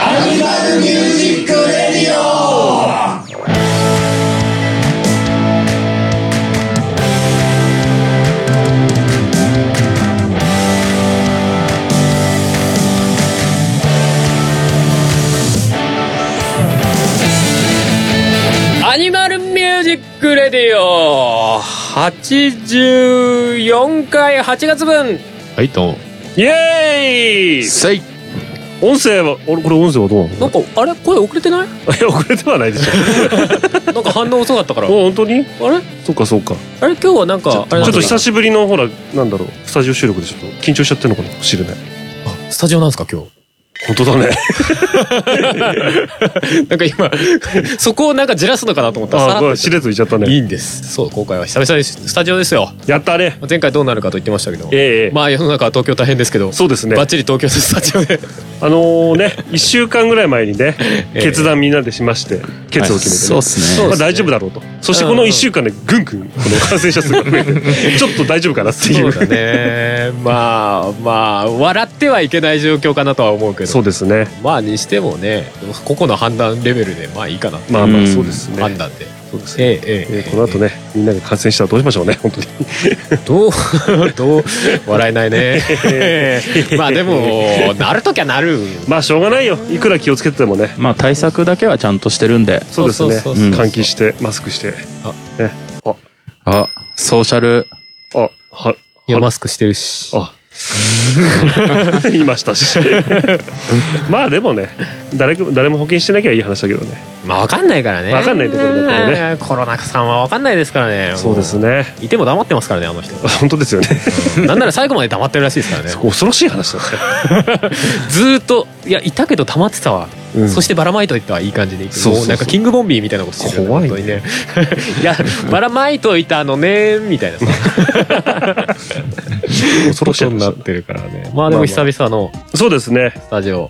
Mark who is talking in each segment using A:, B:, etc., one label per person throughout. A: アニマルミュージックレディオ
B: アニマルミュージックレディオ84回8月分
C: はい、どうも。
D: イエーイ
C: せい
D: 音声は、俺、これ音声はどうなの
B: なんかあれ声遅れてない
D: いや遅れてはないでしょ。
B: なんか反応遅かったから あ
D: もう本当に
B: れ
D: そうかそうか。
B: あれ今日はなんかあれ
D: ちょ
B: なん
D: っと
B: だ
D: 久しぶりの、ほら、なんだろう、スタジオ収録でちょっと緊張しちゃってるのかもしれない。
C: スタジオなんですか、今日。
D: 本当だね。
B: なんか今そこをなんかじらすのかなと思ったらさら
D: ああ、
B: っ
D: ことれ、しれっといっちゃったね。
C: いんです。
B: そう今回は久々にスタジオですよ
D: やったね。
B: 前回どうなるかと言ってましたけど
D: ええええ
B: まあ世の中は東京大変ですけど
D: そうですね
B: バッ。チリ東京のスタジオで
D: あのーね、1週間ぐらい前にね、
B: ええ
D: 決断みんなでしまして、決を決めてね。
C: そうっす
B: そ
C: ね。
B: う
D: ま
B: で
D: あ
B: すね
D: 大丈夫だろうと。そして
B: うんう
D: こ
B: ん
D: の1週間でぐんぐんこの感染者数が増 えて、ちょっと大丈夫かなっていう。
B: ねまあまあ笑ってはいけない状況かなとは思うけど
D: そうですね。
B: まあにしてもね個々の判断レベルでまあいいかなって
D: まあま
C: う
D: あ
C: ん
D: そうですね。
B: 判断で。
D: そうですね。
B: ええええ
D: ええこの後ね、みんなが感染したらどうしましょうね、本当に。
B: どうどう 笑えない ねまあでもなるときはなる
D: まあしょうがないよいくら気をつけててもね
C: まあ、対策だけはちゃんとしてるんで。
D: そうですね
B: そう
C: そうそうそう
D: 換気してマスクして
B: あ
D: ねあ
C: あ、ソーシャル。
D: あはい
B: やマスクしてるし
D: あ 言いましたしまあでもね誰か誰も保険してなきゃいい話だけどね
B: まあわかんないからね
D: わかんないところだからね
B: ねコロナ禍さんはわかんないですからね
D: そうですね
B: もういても黙ってますからねあの人
D: 本当ですよね
B: なんなら最後まで黙ってるらしいですから ね
D: 恐ろしい話だね
B: ずーっといやいたけど黙ってたわ、
D: うん
B: そしてばらまいといたはいい感じでいく
D: そうそうそ
B: も
D: う
B: うなんかキングボンビーみたいなことしてるよ
D: 怖い
B: 本当にね いやばらまいといたのねみ たいなさ
D: 恐ろしい話だね
B: てるからねまあでも久々の
D: そうですね
B: スタジオ、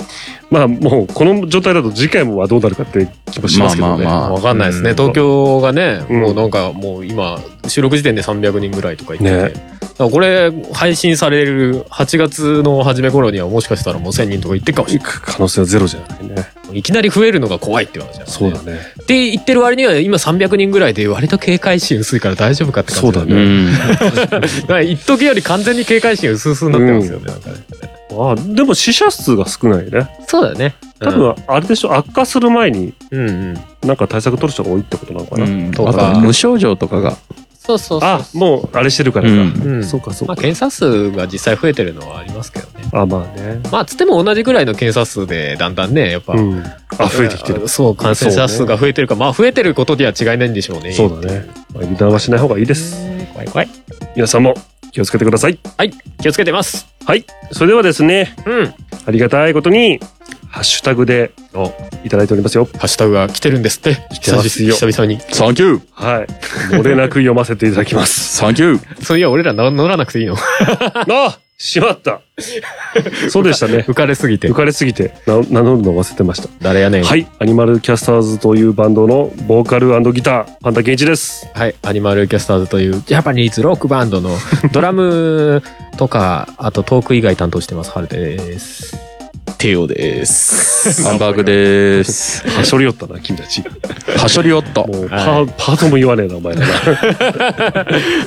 D: まあもうこの状態だと次回もはどうなるかって気もしますけどね
C: まあまあまあ
B: わかんないですね、
C: うん
B: 東京がね、
D: うん
B: もうなんかもう今収録時点で300人ぐらいとかいてて、
D: ね
B: だからこれ配信される8月の初め頃にはもしかしたらもう1000人とかいってるかもしれな
D: 可能性はゼロじゃないね
B: いいきなり増えるのが怖いって話じゃん
D: そうだね
B: って言ってる割には今300人ぐらいで割と警戒心薄いから大丈夫かって感じ
D: そうだね
C: うん。
B: だから一時より完全に警戒心薄々になってますよね、なんかね
D: あでも死者数が少ないね
B: そうだよね
D: 多分あれでしょ悪化する前に
B: うんうん
D: なんか対策取る人が多いってことなのかな、
C: うん
B: と
C: あ
B: か
C: と、無症状とかが。
B: そうそうそう
D: あもうあれしてるからか、
C: うん
B: うん
D: そうかそう
B: ま
D: か
B: あ、、検査数が実際増えてるのはありますけどね
D: あまあね
B: まあつっても同じぐらいの検査数でだんだんねやっぱ、
D: うんあ増えてきてる
B: そう感染者数が増えてるからまあ増えてることには違いないんでしょうね
D: そうだね、まあ、油断はしない方がいいです
B: 怖い怖い
D: 皆さんも気をつけてください
B: はい気をつけてます
D: はいそれではですね
B: うんハ
D: ありがたいことにハッシュタグで
B: お
D: いただいておりますよ
B: ッシュタグが来てるんですって
D: てますよ
B: 久々に
C: サンキュー
D: はい漏れなく読ませていただきま す
C: サンキュー
B: そういや俺ら乗乗らなくていいの
D: あしまったそうでした ね
B: 浮かれすぎて
D: 浮かれすぎてな名乗るの忘れてました
B: 誰やねん
D: はいアニマルキャスターズというバンドのボーカルギターパンタケンイチです
B: はい、アニマルキャスターズというジャパニーズロックバンドのドラムとか、あとトーク以外担当してます、ハルです。
C: テオです。ハンバーグでーす。
D: はしょりよったな君たち
C: はしょりおっと。
D: もうパ,、パートも言わねえなお前ら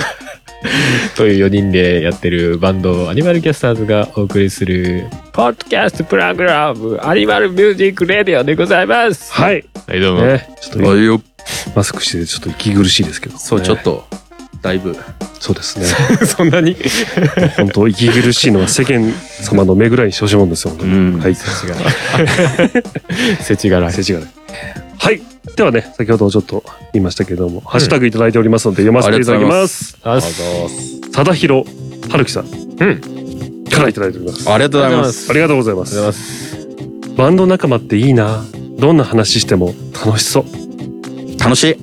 B: という4人でやってるバンド、アニマルキャスターズがお送りする、ポッドキャストプログラム、アニマルミュージックレディオでございます。
D: はい。
B: はい、どうも。
D: ね、ちょっと
C: あいよ。
D: マスクしてちょっと息苦しいですけど。
C: そう、
D: ね
C: ちょっ。と、だいぶ。
D: そうですね。
B: そんなに
D: 本当息苦しいのは世間様の目ぐらいにしてほしいもんですよ。
C: うん
D: はい。
B: せちがらい。
D: 世知辛い。はい。ではね、先ほどちょっと言いましたけども、ハッシュタグいただいておりますので読ませていただきます。
B: あ
D: さだひろはるきさん。からいただいております。
C: ありがとうございます。
D: ありがとうございま。
B: りがとうございます
D: バンド仲間っていいな。どんな話しても楽しそう。
C: 楽しい。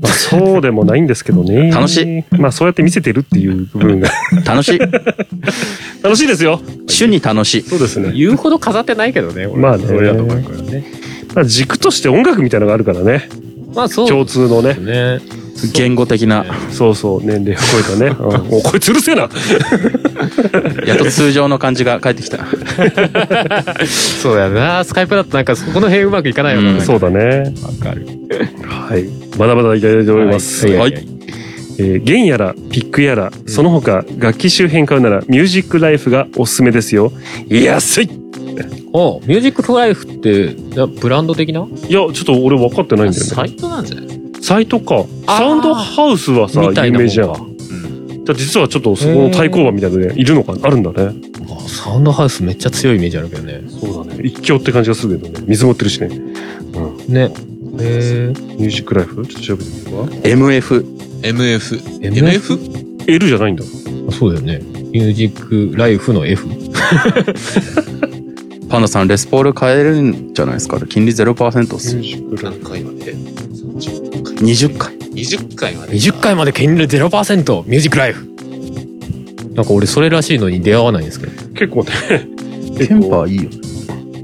D: まあ、そうでもないんですけどね。
C: 楽し
D: い。まあ、そうやって見せてるっていう部分が。
C: 楽 しい。
D: 楽しいですよ。
C: 主に楽しい。
D: そうですね。
B: 言うほど飾ってないけどね、俺
D: まあね
B: 俺らの番組はね。
D: ただ軸として音楽みたいなのがあるからね
B: まあそう
D: 共通のね
B: ね。
C: 言語的な。
D: そうそう年齢を超えた ね、うん、もうこいつうるせえな
C: やっと通常の感じが返ってきた。
B: そうやなスカイプだとなんかそこの辺うまくいかないよな、
C: うん
D: そうだね
B: わかる
D: はいまだまだいただいております、
B: はい、
C: はい
D: えー弦やらピックやら、その他楽器周辺買うならミュージックライフがおすすめですよ安いい
B: おミュージックトライフってなブランド的な
D: やちょっと俺分かってないんだよね
B: サイトなんじゃない
D: サイトか
B: あー
D: サウンドハウスはさ
B: みた
D: 有
B: いな
D: 名
B: も
D: じゃん
B: んか
D: だから実はちょっとそこの対抗馬みたいなのねいるのかあるんだね
B: あサウンドハウスめっちゃ強いイメージあるけどね
D: そうだね一強って感じがするけどね水持ってるしね
B: ねへえ
D: ミュージックライフちょっと調べてみるわ
C: MF。
E: MF。
B: MF?
E: MF?
D: L じゃないんだ
B: あそうだよねミュージックライフの F
C: パンダさん、レスポール買えるんじゃないですか金利0%っすよ。
E: 何回まで ?30 回。
C: 20回。
E: 20回まで。
B: 20回まで権利0%ミュージックライフなんか俺それらしいのに出会わないんですけど
D: 結構ね
C: テンパーいいよ。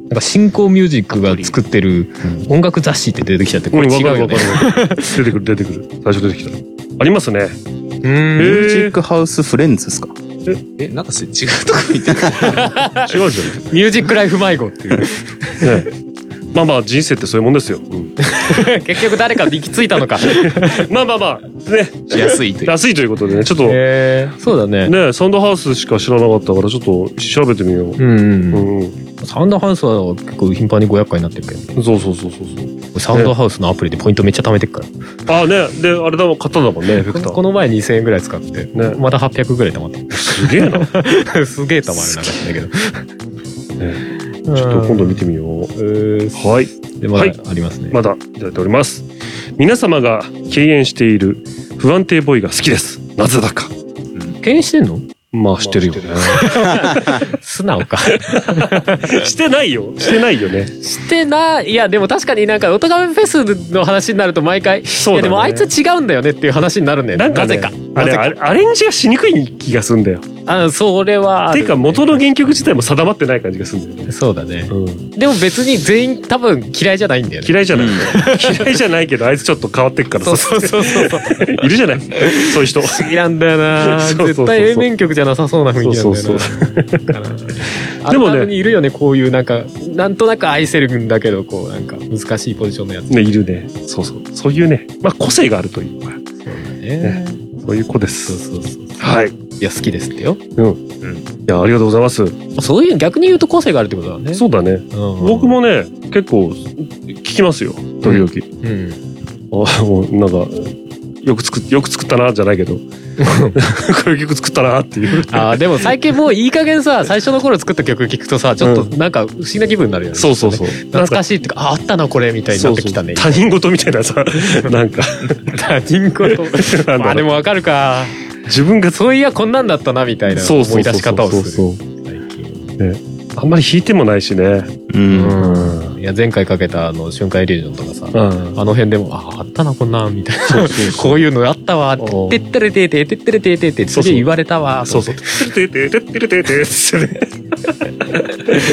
B: なんか新興ミュージックが作ってる音楽雑誌って出てきちゃってこ
D: う
B: れ
D: ん、
B: 違
D: わ
B: う
D: か
B: よ
D: るわか
B: ね
D: るわかる。出てくる 出てくる。最初出てきた。ありますね。
B: う
D: へ
C: ミ
B: ーん
C: ュージックハウスフレンズですか
E: え、なんかそれ違うとこ見てる。
D: 違うじ
B: ミュージックライフ迷子っていう
D: ゃん。ねまあまあ人生ってそういうもんですよ。
B: 結局誰か行き着い たのか
D: まあまあまあ、ね。
E: 安いという。
D: 安いということでね、ちょっと、ね、
B: へーそうだね
D: サウンドハウスしか知らなかったから、ちょっと調べてみよう。
B: うんうん
D: う
B: うん
D: ん、
B: サウンドハウスは結構頻繁に500回になってるけどね
D: そうそうそうそうそう。
B: 俺サウンドハウスのアプリでポイントめっちゃ貯めてるから
D: ああね、で、あれだもん、買ったんだもんね、エ
B: こ
D: フェクタ
B: の
D: ー。
B: この前2000円ぐらい使って、
D: ね
B: まだ800ぐらい貯まって
D: すげえ な。ち
B: るすげえ貯まるなかったけど
D: ょっと今度見てみよう。はい。
B: でまだ
D: はい
B: ありますね、
D: まだいただいております。皆様が敬遠している不安定ボーイが好きです。なぜだか。
B: 敬遠してんの
D: まあ、してるよね。
B: 素直か
D: してないよ。してないよね。
B: してないいやでも確かになんか「おとがめフェス」の話になると毎回
D: そう
B: いや
D: だね
B: でもあいつ違うんだよねっていう話になるんだよね
D: なんか、ね、
B: ぜか
D: あれ
B: なぜか
D: あれアレンジがしにくい気がするんだよ。
B: あそれはあ
D: て
B: る
D: いうか元の原曲自体も定まってない感じがするんだよね。
B: そうだね
D: うん、
B: でも別に全員多分嫌いじゃないんだよね
D: 嫌いじゃない、嫌いじゃないけどあいつちょっと変わってっから
B: そ
D: さ
B: うそうそうそう
D: いるじゃないそういう人
B: 不思議なんだよな
D: そうそうそうそ
B: 絶
D: う
B: 対 A 面曲じゃなさそうな雰囲気なんだよな
D: そうそ
B: で
D: で
B: も
D: も
B: ね
D: ね
B: にいるよねこういうなんかなんとなく愛せるんだけどこうなんか難しいポジションのやつ
D: ねいるねそうそうそういうねまあ個性があるというか
B: ね
D: そういう子で
B: そう
D: す
B: そうそう
D: はいい
B: いや好きですってよ
D: やありがとうございます
B: そういう逆に言うと個性があるってことだね
D: そうだね
B: うん
D: 僕もね結構聞きますよ時々、
B: うん
D: あもうなんかよく作っよく作ったなじゃな いけどこれ曲作ったなっていう
B: あーでも最近もういい加減 さ最初の頃作った曲聞くとさちょっと
D: う
B: なんか不思議な気分になるよね
D: そうそうそう
B: 懐かしいってかああったなこれみたいになってきたね
D: そうそう他人事みたいなさなん か
B: 他人事
D: なんだろう
B: まあでもわかるか
D: 自分が
B: そういやこんなんだったなみたいな思い出し方をする
D: そうそうそうあんまり弾いてもないしね
C: うん。
B: うんいや前回かけたあの瞬間イリュージョンとかさ、
D: うん
B: あの辺でも、あ、あったな、こんなん、みたいな。こういうのあったわ、
D: おう
B: てってれてて、てってれててて、す
D: そう
B: げ
D: そう
B: え言われたわ、
D: そう
B: と
D: そうててててててて て
B: 思って。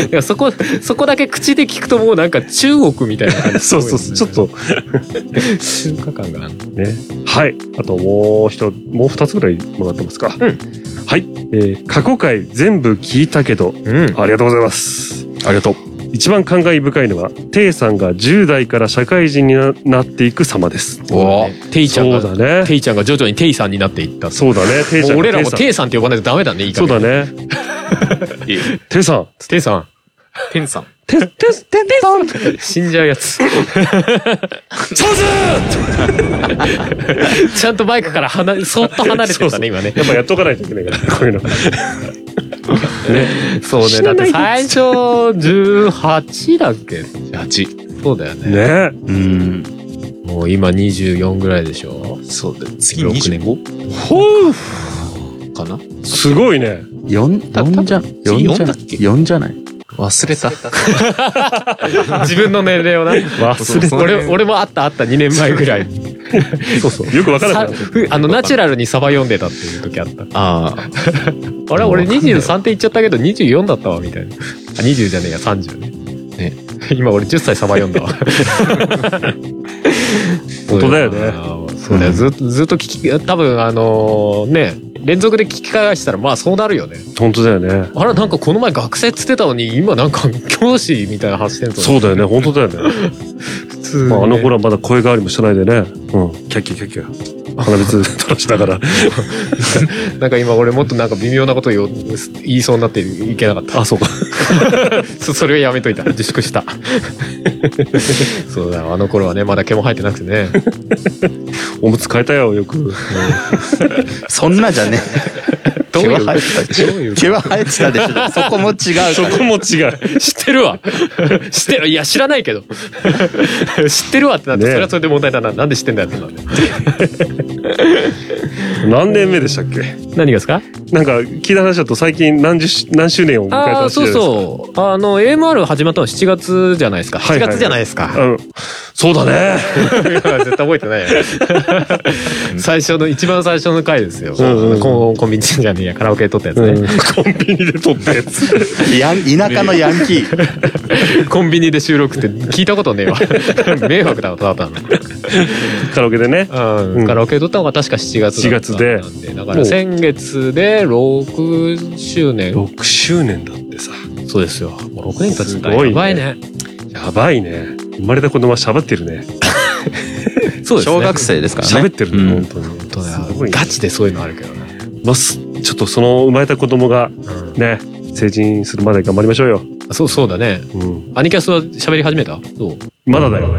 B: いやそこ、そこだけ口で聞くともうなんか中国みたいな感じ。
D: そうそうそうちょっと
B: 中華感がある。
D: ねはいあともう一もう二つぐらいもらってますかはいえー過去回全部聞いたけど
B: うん。
D: ありがとうございます
C: ありがとう。
D: 一番感慨深いのはテイさんが10代から社会人にななっていく様です
C: おー
B: テイちゃん
D: そう
B: が、
D: だ
B: テ
D: ね
B: イちゃんが徐々にテイさんになっていった。
D: そうだねテイちゃん
B: もう
D: が
B: 俺らも
D: テイさん
B: テイさんって呼ばないとダメだね、いいか
D: そうだね
E: いい
D: テイさん
B: テイさん。
E: 天さん。
D: テテテテさん
B: 死んじゃうやつ。
D: そうず
B: ちゃんとバイクから離れ、そっと離れてたね、今ね。
D: やっぱやっとかないといけないから、こういうの。
B: そうね。だって最初、18だっけ
E: 8。
B: そうだよね。
D: ね
C: うん。
B: もう今24ぐらいでしょ
E: そうだ。次
B: 六年
E: 25?
D: ほう
E: かな
D: すごいね。
C: 4、四じゃ、
E: 次
C: 4じゃ
E: 四だ
C: ない
E: っけ
C: ?4 じゃない
E: 忘れた。
B: 自分の年齢をな 忘
E: れた
B: 俺俺もあったあった2年前ぐらい
D: そうそう。よくわからな
B: さ
D: くなった
B: ふあのナチュラルにサバ読んでたっていう時あった
E: ああ。
B: あれ俺23って言っちゃったけど24だったわみたいなあ20じゃねえや30ね
E: ね
B: 今俺10歳サバ読んだわ
D: 本当だよね
B: あーそうだよ。ずっと、ずっと聞き、多分あのね、連続で聞き返したら、まあそうなるよね。
D: 本当だよね。
B: あら、なんかこの前学生っつってたのに、今なんか教師みたいな話してると。
D: そうだよね。本当だよね。
B: 普通にね、
D: まあ、あの頃はまだ声変わりもしてないでね。うん。キャッキャキャッキャ。鼻水垂らしながら。
B: なんか今俺もっとなんか微妙なこと言おう言いそうになっていけなかった。
D: あ、そうか。
B: そそれはやめといた。自粛した。そうだよ。あの頃はね、まだ毛も生えてなくてね。
D: おむつ変えたよ、よく。
F: そんなじゃね
B: どういう
F: 毛は生えてた
B: どういう
F: え。毛は生えてたでしょ。そこも違うから。
D: そこも違う。
B: 知ってるわ。知ってる。いや、知らないけど。 知ってるわってなって、
D: ねえ
B: それはそれで問題だな。なんで知ってんだよってなって。
D: 何年目でしたっけ
B: 何がですか
D: なんか、聞いた話だと最近何十、何周年を迎えた
B: ああー、
D: らしい
B: そうそう。あの、AMR 始まったの7月じゃないですか。
D: は
B: 7
D: いはい
B: 月じゃないですか。
D: う。うん。そうだね。
B: いや 絶対覚えてないよ最初の一番最初の回ですよ、
D: うんうんうん
B: コンコンビニじゃねえやカラオケで撮ったやつ
D: う
B: ね、
D: ん。コンビニで撮ったやつ。
F: ヤン田舎のヤンキー。
B: コンビニで収録って聞いたことねえわ 迷惑だわただた
D: カラオケでね。
B: だの、う、
D: うんん
B: カラオケで撮ったのが確か7月だった
D: 7月で
B: なんだから先月で6周年
D: 6周年だってさ。
B: そうですよもう6年経つんだ
D: すごいね
B: やばいね
D: やばいね。生まれた子供は喋ってるね。
B: そうですね
F: 小学生ですからね。
D: 喋ってるね、
F: うん
D: 本当に。
B: 本当だよ
D: すごいね
B: ガチでそういうのあるけどね、
D: まあ、すちょっとその生まれた子供がね、成人するまで頑張りましょうよ。
B: うんそうそうだね
D: うん。
B: アニキャスは喋り始めたどう
D: まだだよ。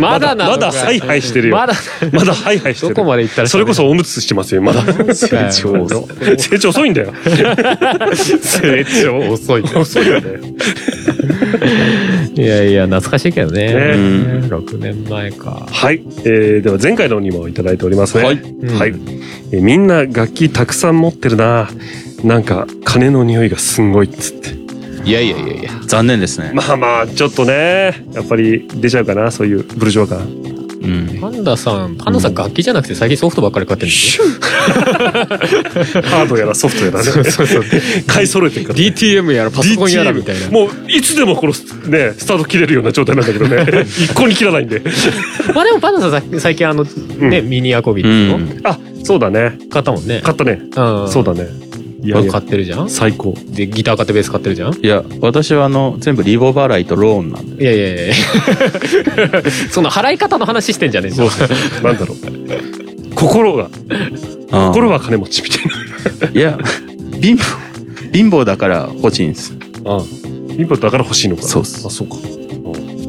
B: まだなのか
D: まだ
B: よ
D: ハイハイしてるよ。
B: まだ
D: まだハイハイして
B: ど
D: る。
B: こまで行ったら
D: それ こそおむつしてますよ、まだ。
B: 成長
D: 成長遅いんだよ。成長遅い。遅いよね。
B: いやいや懐かしいけどね
D: ね
B: うん6年前か
D: はい。えー、では前回のにもいただいておりますね。。
E: はい
D: はい。えーみんな楽器たくさん持ってるな。なんか、鐘の匂いがすんごいっつって。
E: いやいやいやいや。
F: 残念ですね。
D: まあまあ、ちょっとね、やっぱり出ちゃうかな、そういうブルジョア感。
F: うん。
B: パンダさんパンダさん楽器じゃなくて最近ソフトばっかり買ってるんですよ
D: ハードやらソフトやらね。 買い揃えてるからね。
B: DTM やらパソコンやらみたい
D: DTM
B: な
D: もういつでもこのねスタート切れるような状態なんだけど ね一向に切らないんで
B: まあでもパンダさんさ最近あのねミニアコビ
F: う
B: の
F: ん。
D: あそうだね
B: 買ったもんね
D: 買ったね
B: うん
D: そうだねいやいや
B: 買ってるじゃん
D: 最高
B: でギター買ってベース買ってるじゃん
F: いや、私はあの、全部リボ払いとローンなんで。
B: いやいやいや その払い方の話してんじゃねえ
D: そうそうなんだろう心が
F: あ
D: 心は金持ちみたい
F: いや、 貧乏、貧乏だから欲しいんです。
D: なインパクトだから欲しいのか
F: そうっす
D: あそうか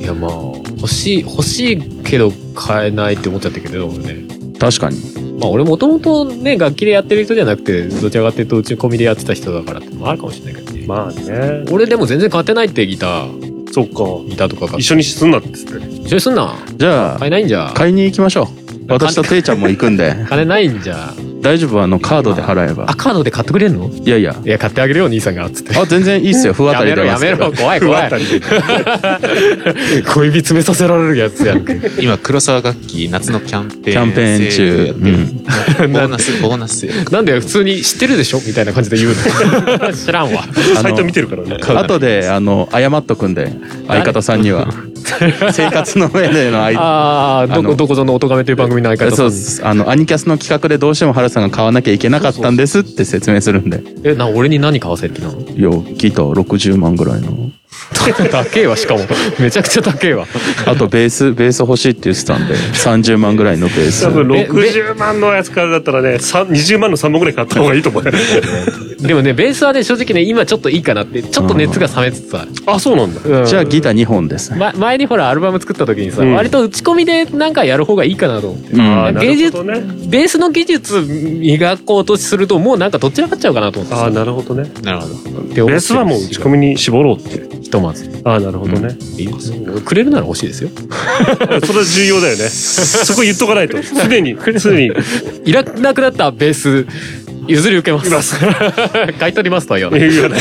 B: いやまあ欲しい欲しいけど買えないって思っちゃったけど俺ね
F: 確かに。
B: まあ俺もともとね、楽器でやってる人じゃなくて、どちらかというと打ち込みでやってた人だからってのもあるかもしれないけどね。
D: まあね
B: 俺でも全然買ってないってギター、
D: そうか
B: ギターとか買っ
D: 一緒にすんなって言って
B: 一緒にすんな
F: じゃあ
B: 買え、ないんじゃ。
F: 買いに行きましょう。私とていちゃんも行くんで。
B: 金ないんじゃ。
F: 大丈夫、あの、カードで払え
B: あ、
F: ば。
B: カードで買ってくれんの
F: いやいや。
B: いや、買ってあげるよ、兄さんが、つって。
F: あ、全然いい っすよ。不当
B: や
F: たり
B: め
F: で
B: ろ、やめろ、怖い、怖い。 小指詰めさせられるやつやんけ。
E: 今、黒沢楽器、夏のキャンペーン。
F: キャンペーン中
E: 中。ボーナ ス、ボーナス。
B: なんで普通に知ってるでしょみたいな感じで言うの。 知らんわ。
D: サイト見てるからね
F: 後で、あの、謝っとくんで、相方さんには。 生活の上での相
B: ああ、ど
F: あ
B: こ、
F: の
B: どこぞのおとがめという番組の相方
F: そ
B: さ
F: うっ
B: んに。
F: す。あの、アニキャスの企画でどうしても原さんが買わなきゃいけなかったんですって説明するんで。
B: え、な、俺に何買わせってなの
F: いや、ギター60万ぐらいの。
B: 高えわ、しかも。めちゃくちゃ高えわ。
F: あと、ベース、 ベース欲しいって言ってたんで、30万ぐらいのベース
D: 多。分60万のやつからだったらねさ20万の3本ぐらい買った方がいいと思う
B: でもね、ベースはね、正直ね、今ちょっといいかなって、ちょっと熱が冷めつつある。
D: あそうなんだ
B: うん
F: じゃあ、ギター2本ですね。
B: ま、前にほら、アルバム作った時にさ、
D: うん
B: 割と打ち込みでなんかやる方がいいかなと思って。
F: うん。
D: なるほどね
B: ベースの技術磨こうとすると、もうなんかどっちらかっちゃうかなと思って
D: あ
B: さ
D: あ。なるほどね
E: なるほど。
B: ベ
D: ベースはもう打ち込みに絞ろうって
B: み。ひとまず。
D: ああなるほどね、
B: くれるなら欲しいですよ。
D: それは重要だ よね。そこ言っとかないと。すでに、すでに。
B: いらなくなったベース、譲り受けます。 買い取りますとは言わない。
D: 言うよね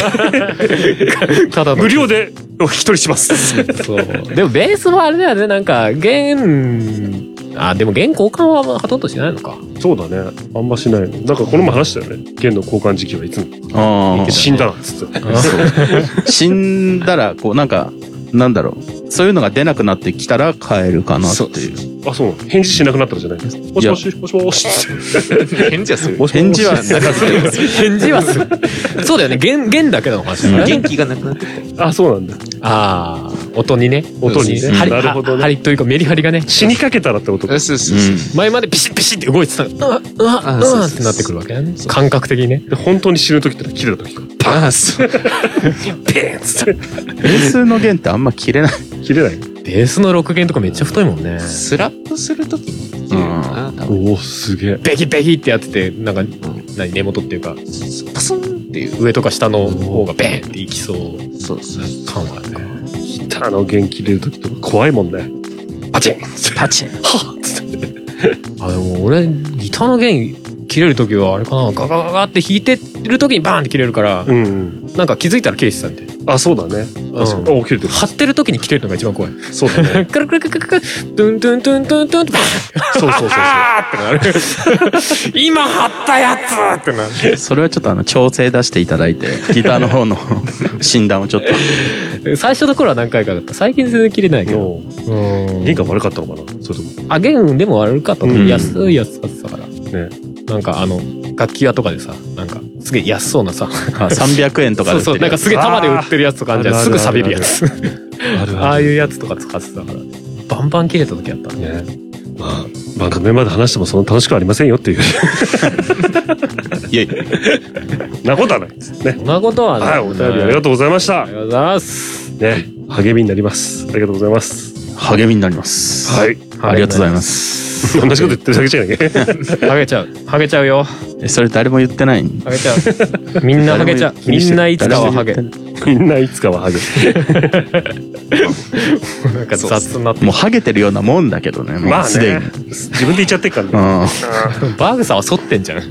B: ただの
D: 無。料でお引き取りします。
B: そう。でもベースはあれだよね、なんか、弦、あ、でも弦交換はほとんどしないのか。
D: そうだね。あんましないの。なんかこの前話したよね。弦の交換時期はいつも。
F: ああ。
D: 死んだなっつって。
F: 死んだら、こう、なんか、なんだろう。そういうのが出なくなってきたら変えるかなっていう。
D: あ、そうなの。返事しなくなったらじゃないですか。もしもし、もしもし。
E: 返事はする。
F: 返事は
E: なくなってき
B: 返事はする。 そうだよね。弦、弦だけの話だか
E: た
B: らね
E: 元気がなくなってきた。
D: あ、そうなんだ。
B: ああ、音にね。
D: 音にね。
B: 針、
D: なるほどね。
B: 針というかメリハリがね。
D: 死にかけたらってことか。
E: そう
F: う。
E: そうん
B: 前までピシッピシッって動いてたのが、うわ、うわ、
E: あ
B: う
E: そうそう
B: わ
E: そう
B: ってなってくるわけだね。感覚的にね。
D: で本当に死ぬ時ってのは切れた時か。
E: ああ、そう。
B: ベース
F: 変数の弦ってあんま切れない。
D: 切れない。
B: ベースの6弦とかめっちゃ太いもんね。
E: スラップするときに切るよな、多分。
D: おお、すげえ。
B: ベキベキってやってて、なんか、何、根元っていうか、
E: パスンっていう。
B: 上とか下の方がベーンっていきそう
E: そうそう。
B: 感はあるね。
D: ギターの弦切れる時とか怖いもんね。
B: パチンパチンはっつって。あ、でも俺、ギターの弦切れるときはあれかな、ガガガガって弾いてるときにバーンって切れるから、
D: うんうん。
B: なんか気づいたら切れてたんで。
D: あ、そうだね。あ、そうう。あ、切れてる。
B: 張ってるときに切れるのが一番怖い。
D: そうだ ね。
B: クルクルクルクルドゥンドゥンドゥンドゥンドゥンってバーン
D: そうそうそうそう。
B: 今貼ったやつってな
F: それはちょっとあの、調整出していただいて、ギターの方の 診断をちょっと。
B: 最初の頃は何回かだった最近全然切れないけど
D: おう
B: うん
D: 弦が悪かったのかなそれとも。
B: あ弦でも悪かったの、
D: うん
B: 安いやつ買ってたからねなんかあの楽器屋とかでさなんかすげえ安そうなさ
F: あ300円と
B: そう
F: かで売っ
B: そうなん
F: てる
B: か
F: やつ
B: すげえ束で売ってるやつとかあるじゃん
D: あー
B: すぐ錆びるやつ
D: ある
B: ああいうやつとか使ってたからバンバン切れた時あったね
D: ね。まあ、まあ、画面まで話してもそんな楽しくはありませんよっていう。
E: いやい
D: なことはないですね。
B: そんなことはね
D: はい、お便りあり
B: と
D: がとうございました
B: うあり。がとうございます
D: ね、励みになります。ありがとうございます。
F: 励みになります。
D: はい。
F: ありがとうございます。
B: す
D: 同じこと言ってるだけじゃないね。
B: ハゲちゃうハゲちゃうよ
F: えそれ誰も言ってない
B: ハゲちゃう みんなハゲちゃう
F: 誰も言って
B: みんないつかは
F: 誰も言
B: ハ
F: って
B: ゲ
F: な い
D: みんないつかはハゲ。
B: なんか雑になって
F: もうハゲてるようなもんだけどね、も
D: ま
F: う
D: あ
F: すで
D: ね
F: に。、
D: 自分で言っちゃってっから
F: う
D: ね。
F: ん。
B: バーグさんは反ってんじゃん
F: い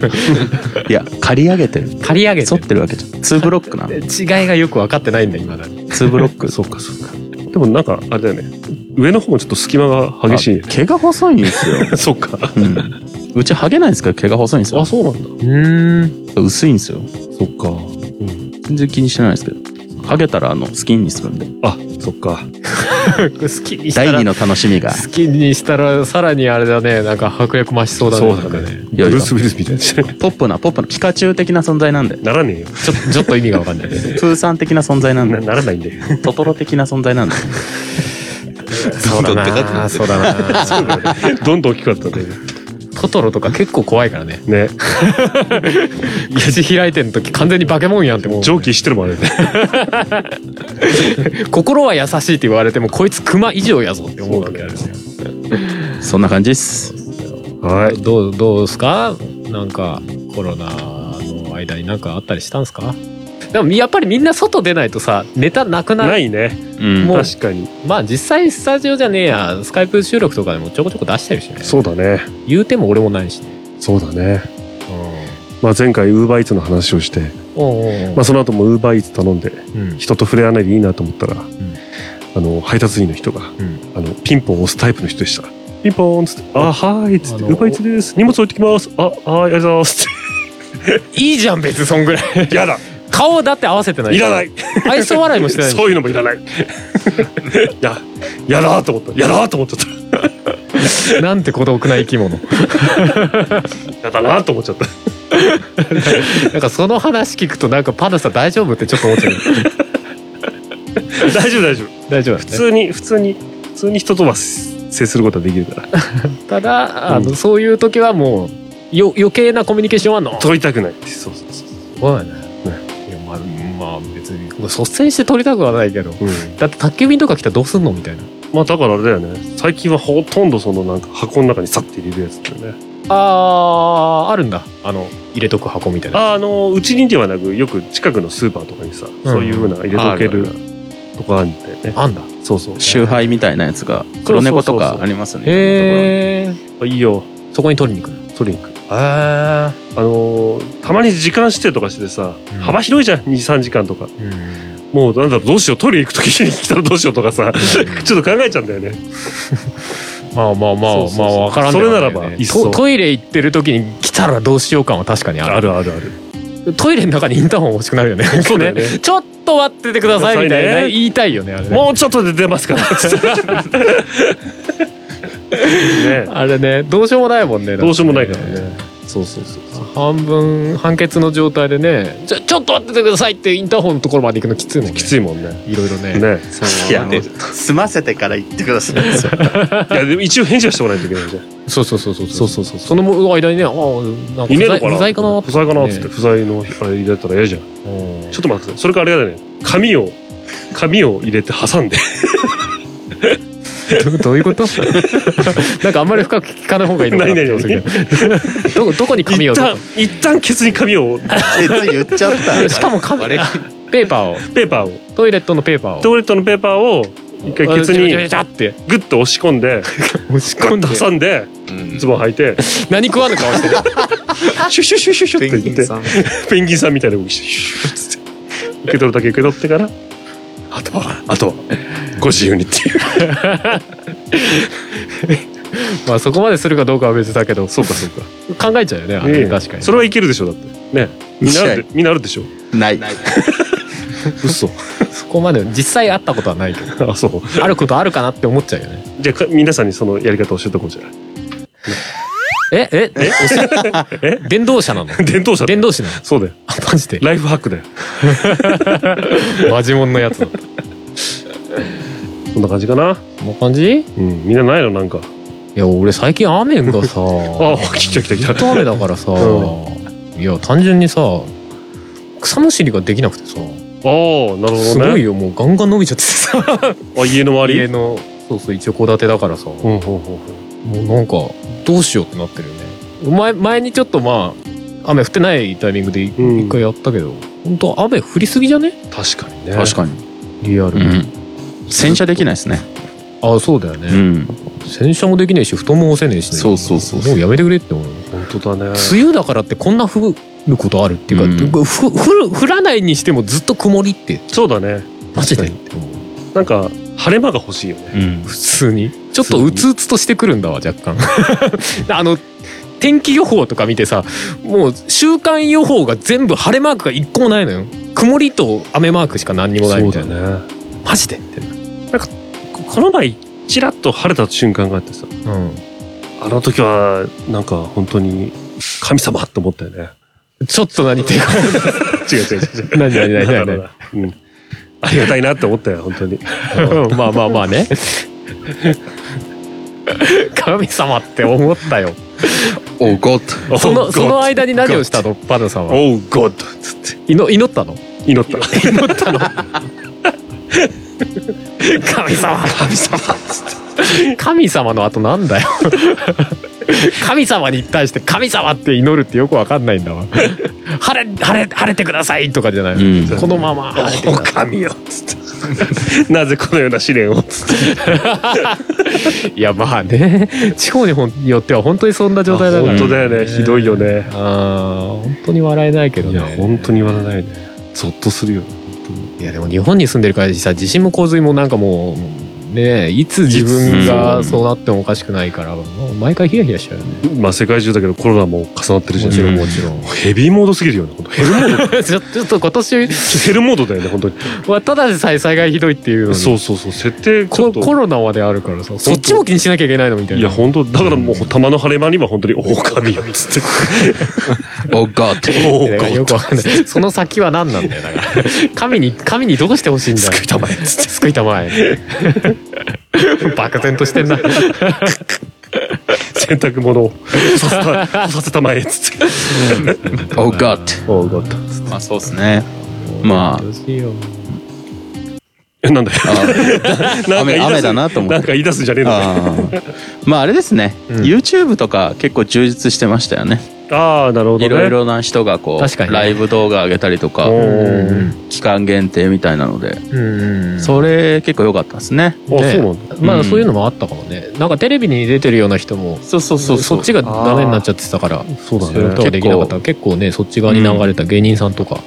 F: や、刈り上げてる。
B: 刈り上げて
F: 反ってるわけじゃん。2ブロックなの。
B: 違いがよく分かってないんだ今だに
F: 2ブロック。
D: そうか、そうか。でもなんか、あれだよね。上の方もちょっと隙間が激しいね
F: あ。毛が細いんですよ。
D: そっか。
F: うん。うちハゲないんですけど毛が細いんですよ
D: あ、。そうなんだ。
B: うん
F: 薄いんですよ。
D: そっか。うん。
F: 全然気にしてないですけど。ハゲたらあの、スキンにするんで。
D: あ、そっか。
B: 好きにした
F: 第
B: ら
F: 二の楽しみが。
B: 好きにしたらさらにあれだねなんか迫力増しそうだね
D: そうだ
B: なん
D: ね
B: か
F: いやい
D: ブル
F: や
D: ー、ス・ウィルスみたいな。
F: ポップな、ポップな、ピカチュウ的な存在なんで。
D: ならねえよ。
B: ちょちょっと意味が分かんないね
F: プーさん的な存在なん
D: な
F: で。
D: ならないんだよ。
F: トトロ的な存在なんで。
B: そう だなそうだな
D: どんどん大きくなったんだよね。
B: トトロとか結構怖いからね
D: ね。
B: 口開いてん時完全にバケモンやんってもう
D: 蒸気してるもんあれね。
B: 心は優しいって言われてもこいつクマ以上やぞって思うわけある
F: そんな感じっす。
D: はい。
B: どうどうですかなんかコロナの間になんかあったりしたんですかでもやっぱりみんな外出ないとさネタなくなる
D: ないね。
F: うん。
B: もう
D: 確かに。
B: まあ実際スタジオじゃねえやスカイプ収録とかでもちょこちょこ出してるしね
D: そうだね。
B: 言うても俺もないしね
D: そうだね。
B: う
D: まあ、前回ウーバーイーツの話をして、
B: んおうおうおう
D: まあ、その後もウーバーイーツ頼んで
B: うん
D: 人と触れ合わないでいいなと思ったら、あの配達員の人が、
B: ん
D: あのピンポンを押すタイプの人でしたピンポーンっつって「あはーい」っつって「
B: あ
D: ウ
B: の
D: ーバーイーツです荷物置いてきますあはーいありがとう ございます」
B: いいじゃん別にそんぐらい
D: って「やだ
B: 顔だって合わせてない
D: いらない
B: 愛想笑いもしてない
D: そういうのもいらないいややだーと思ったやだーと思っちゃっ
B: なんて孤独な生き物
D: たやだなーと思っちゃった
B: なんかその話聞くとなんかパンダさん大丈夫ってちょっと思っちゃう
D: 大丈夫大丈夫
B: 大丈夫だね
D: 普通に普通に普通に人とは接することはできる から
B: ただあの、
D: う
B: そういう時はもうよ余計なコミュニケーションはの
D: 取りたくないそうそうそう
B: そうだねいやまあ、まあ、別に率先して取りたくはないけど
D: うん
B: だって宅急便とか来たらどうすんのみたいな
D: まあだからあれだよね最近はほとんどそのなんか箱の中にさって入れるやつだよね
B: あーあるんだあの入れとく箱みたいな
D: ああのうちにではなくよく近くのスーパーとかにさ、そういうふうな入れとけるとかあるんだよね
B: あんだ
D: そうそう
F: 周杯みたいなやつが、黒猫とかありますよね。
B: へえ
D: あいいよ
B: そこに取りに行く
D: 取りに行く
B: へえ
D: あのーたまに時間指定とかしてさ、
B: うん
D: 幅広いじゃん23時間とか
B: うん
D: もうなんだろうどうしよう取りに行く時に来たらどうしようとかさ ちょっと考えちゃうんだよね
B: まあまあまあ
D: そうそうそう
B: まあわからんでは
D: それならば
B: ね
D: いっそ
B: トトイレ行ってる時に来たらどうしよう感は確かにある
D: るあるある
B: トイレの中にインターホン欲しくなるよね。
D: そうだよね
B: ちょっと待っててくださいみたい
D: くださ
B: ない
D: ね
B: 言いたいよねあれね。
D: もうちょっとで出ますから。つってね
B: あれねどうしようもないもんね。
D: どうしようもないから
B: だって
D: ね。そうそうそう。
B: 半分判決の状態でねちょちょっと待っててくださいってインターホンのところまで行くのきついもんね
D: きついもんね。
B: いろいろね
D: ね。
B: そう
F: いやもう済ませてから言ってください
D: いや、でも一応返事はしてもらないといけないじゃん。
B: そうそうそうそう
D: そう
B: そうそうその間にねああなんか
D: いねえ
B: 不
D: の
B: 在
D: かな
B: 不在かな
D: 不在かなっつって、
B: ね
D: 不在のあれだったら嫌じゃん。
B: うん
D: ちょっと待ってください。それからあれだね。紙を、紙を入れて挟 んで。
B: どどういうこと なんかあんまり深く聞かない方がいいのかなって思うんですけどどこどこに紙を
D: 一旦、一旦ケツに紙を、
F: 別に言っちゃった
B: しかも紙ペーパーを
D: ペーパーを、
B: トイレットのペーパーを
D: トイレットのペーパーを、一回ケツに
B: ジャジャジャジャって
D: グッと押し込んで、
B: 押し
D: グ
B: 込ん
D: ッ
B: で
D: と挟んで、ズボン履いて、
B: 何食わぬ顔して る
D: シュシュシュシュシュ
E: ペ
D: って
E: ンギ
D: 言っ
E: ン
D: て
E: さ、ん。
D: ペンギンさんみたいな動きして、シュッつって、受け取るだけ受け取ってから、あとは、あとは、ご自由にっていう。
B: まあそこまでするかどうかは別だけど
D: そうかそうか。
B: 考えちゃうよねあれ確かに
D: それはいけるでしょ、だって。ね。みんなあるでみんなあるでしょ。
F: ない
B: 嘘 そこまで実際会ったことはないけど
D: あ、そう。
B: あることあるかなって思っちゃうよね
D: じゃあか、皆さんにそのやり方を教えておこうじゃない。
B: ええええ電動 車なの
D: 伝統者
B: 電動車なの
D: そうだよ。
B: あマジで
D: ライフハックだよ。
B: マジモンのやつだこ
D: そんな感じかな。
B: んな感じい
D: うん。みんなないのなんか。
B: や俺最近雨がさ
D: あ、来た来た来。
B: ずったと雨だからさ、
D: う
B: いや単純にさ草むしりができなくてさ
D: ああ、なるほどね。
B: すごいよもうガンガン伸びちゃってさ
D: あ、家の周り。
B: 家のそうそう一応戸建てだからさ、
D: うん、ほうほうほ
B: もうなんかどうしようってなってるよね前前にちょっとまあ雨降ってないタイミングで一
D: う。うん
B: 回やったけど、本当雨降りすぎじゃね
D: 確かにね。
F: 確かに、
B: リアル、
F: うん、洗車できないですね
B: あそうだよ
F: う
B: ね、
F: ん
B: 洗車もできねえし布団も干せねえしね
F: そうそうそう
B: もうやめてくれって思う
D: 本当だね。
B: 梅雨だからってこんな降ることあるっていうか、
F: うん
B: ふ降る降らないにしてもずっと曇りって
D: そうだね。
B: マジで
D: 確なんか、晴れ間が欲しいよね。
F: うん
B: 普通にちょっとうつうつとしてくるんだわ若干あの天気予報とか見てさもう週間予報が全部晴れマークが一個もないのよ曇りと雨マークしか何にもないみたいな、
D: ね。
B: マジでみたい
D: ここの前、ちらっと晴れた瞬間があってさ、
B: なうん
D: あの時は、なんか本当に、神様って思ったよね。
B: ちょっと何言ってるか
D: 違う違う違う違う。
B: 何何何
D: だ
B: 何
D: から
B: 何
D: なうん。ありがたいなって思ったよ、本当に。
B: うんまあまあまあね神様って思ったよ
F: おゴッ
B: そのその間に何をしたのパヌさんは
D: おう、ゴッドつって。
B: 祈祈ったの
D: 祈った。
B: 神様神様神様の後なんだよ神様に対して神様って祈るってよくわかんないんだわ晴れ晴れ晴れてくださいとかじゃない、
F: うん
B: このまま晴れてくださ
D: 神よつって。 なぜこのような試練をつって。
B: いいやまあね地方にほんよっては本当にそんな状態だから
D: 本当だよね。ひどいよね。
B: あー本当に笑えないけど
D: い
B: ね
D: や、本当に言われないね。ゾッとするよ。
B: いやでも日本に住んでるからさ地震も洪水もなんかもうねいつ自分がそうなってもおかしくないからもう毎回ヒヤヒヤしちゃうよね
D: まあ世界中だけどコロナも重なってるじゃん。
F: ろん
B: もちろんも
D: ヘビーモードすぎるよね、本当ヘルモー ド。
B: ちろんちょっと今年
D: ヘルモードだよね、本当に。
B: はただでさえ災害ひどいっていうのに
D: そうそうそう、設定ちょ
B: コ
D: っと。
B: コロナまであるからさそっちも気にしなきゃいけないのみたい
D: い
B: な
D: や、本当だからもう、玉の晴れ間には本当に、狼よ、つって。
F: おゴッ
D: お
B: だからよくわ かんないその先は何なんだよだから神に神にどうしてほしいんだよ救いたまえ救いたまえ 漠然としてんな
D: 洗濯物を、させた、させたまえ、つって。
F: おゴッ
D: おう、よかった。
F: まあそうっすねまあ
B: どうしよう
D: え、なんだよ。なんか言い出
F: 雨
D: す
F: 雨だなと思って
D: なんか言い出すんじゃねえのかよ。
F: あーまああれですね、
B: うん
F: YouTube とか結構充実してましたよね
D: ああ、なるほどね。
F: いろいろな人がこ
B: 確
F: う、
B: かにね
F: ライブ動画上げたりとか
D: お
F: 期間限定みたいなので、
B: うん
F: それ結構良かったですね
D: あ、そう
B: ね
D: なんだ。
B: まあそういうのもあったかもね、なんかテレビに出てるような人も
F: そうそうそう
B: そっちがダメになっちゃってたから
D: そうだ
B: そういうこと
D: ね。
B: ができなかった結構ねそっち側に流れた芸人さんとか、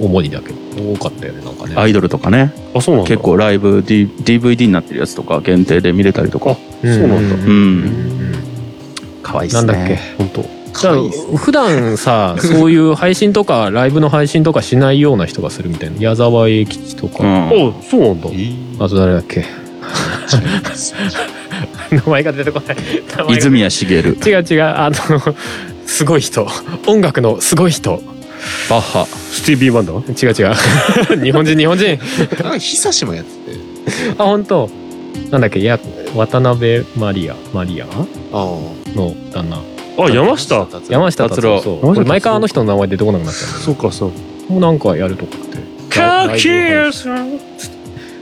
B: 主にだけど多かったよねなんかね
F: アイドルとかね
D: あ、そうなんだ。
F: 結構ライブ、D、DVD になってるやつとか限定で見れたりとか
D: そうなんだ
F: うん可愛いっ
B: な
F: す
B: んだっけ
F: ね
D: 本当。
B: だから普段さ そういう配信とかライブの配信とかしないような人がするみたいな矢沢永吉と
F: う
B: か、
F: ん。
D: あ、そうなんだ。
B: あと誰だっけ名前が出てこない名前が
F: 泉谷茂、バ
B: 違う違うあのすごい人音楽のすごい人
F: ッハ。
D: スティービー・ワンダー
B: 違う違う 日本人日本人
E: あ、久しもやってて。
B: あ本当なんだっけいや渡辺マリアマリア
E: あ
B: の旦那
D: あ、山下。
B: 山下達郎
F: 達
B: そう俺毎回あの人の名前出てこなくなっちゃ
D: そうか、そう。
B: うもうなんかやるとかって
D: カーキース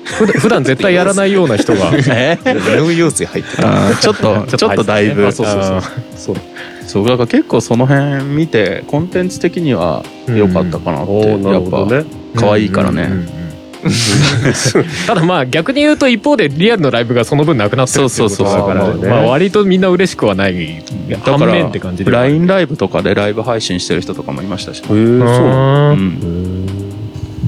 B: 普段普段絶対やらないような人 が
F: え
E: 井上陽水入ってた。
F: う んちょっと、ちょっとだいぶ。
B: あそうそうそう
F: そうだから結構その辺見てコンテンツ的には良かったかなっ
D: お
F: て、
D: ーな
F: や
D: る
F: っ
D: ほど
F: ぱ
D: ね。
F: 可愛いからね、
B: うんうんうん うんただまあ逆に言うと一方でリアルのライブがその分なくなってるっていうことだ
F: そうそうそう
B: から
D: まあね
B: まあ割とみんな嬉しくはない
F: だ
B: 反
F: から
B: 面って感じで
F: LINE ライブとかでライブ配信してる人とかもいましたし、
D: へえ、そう。
F: うん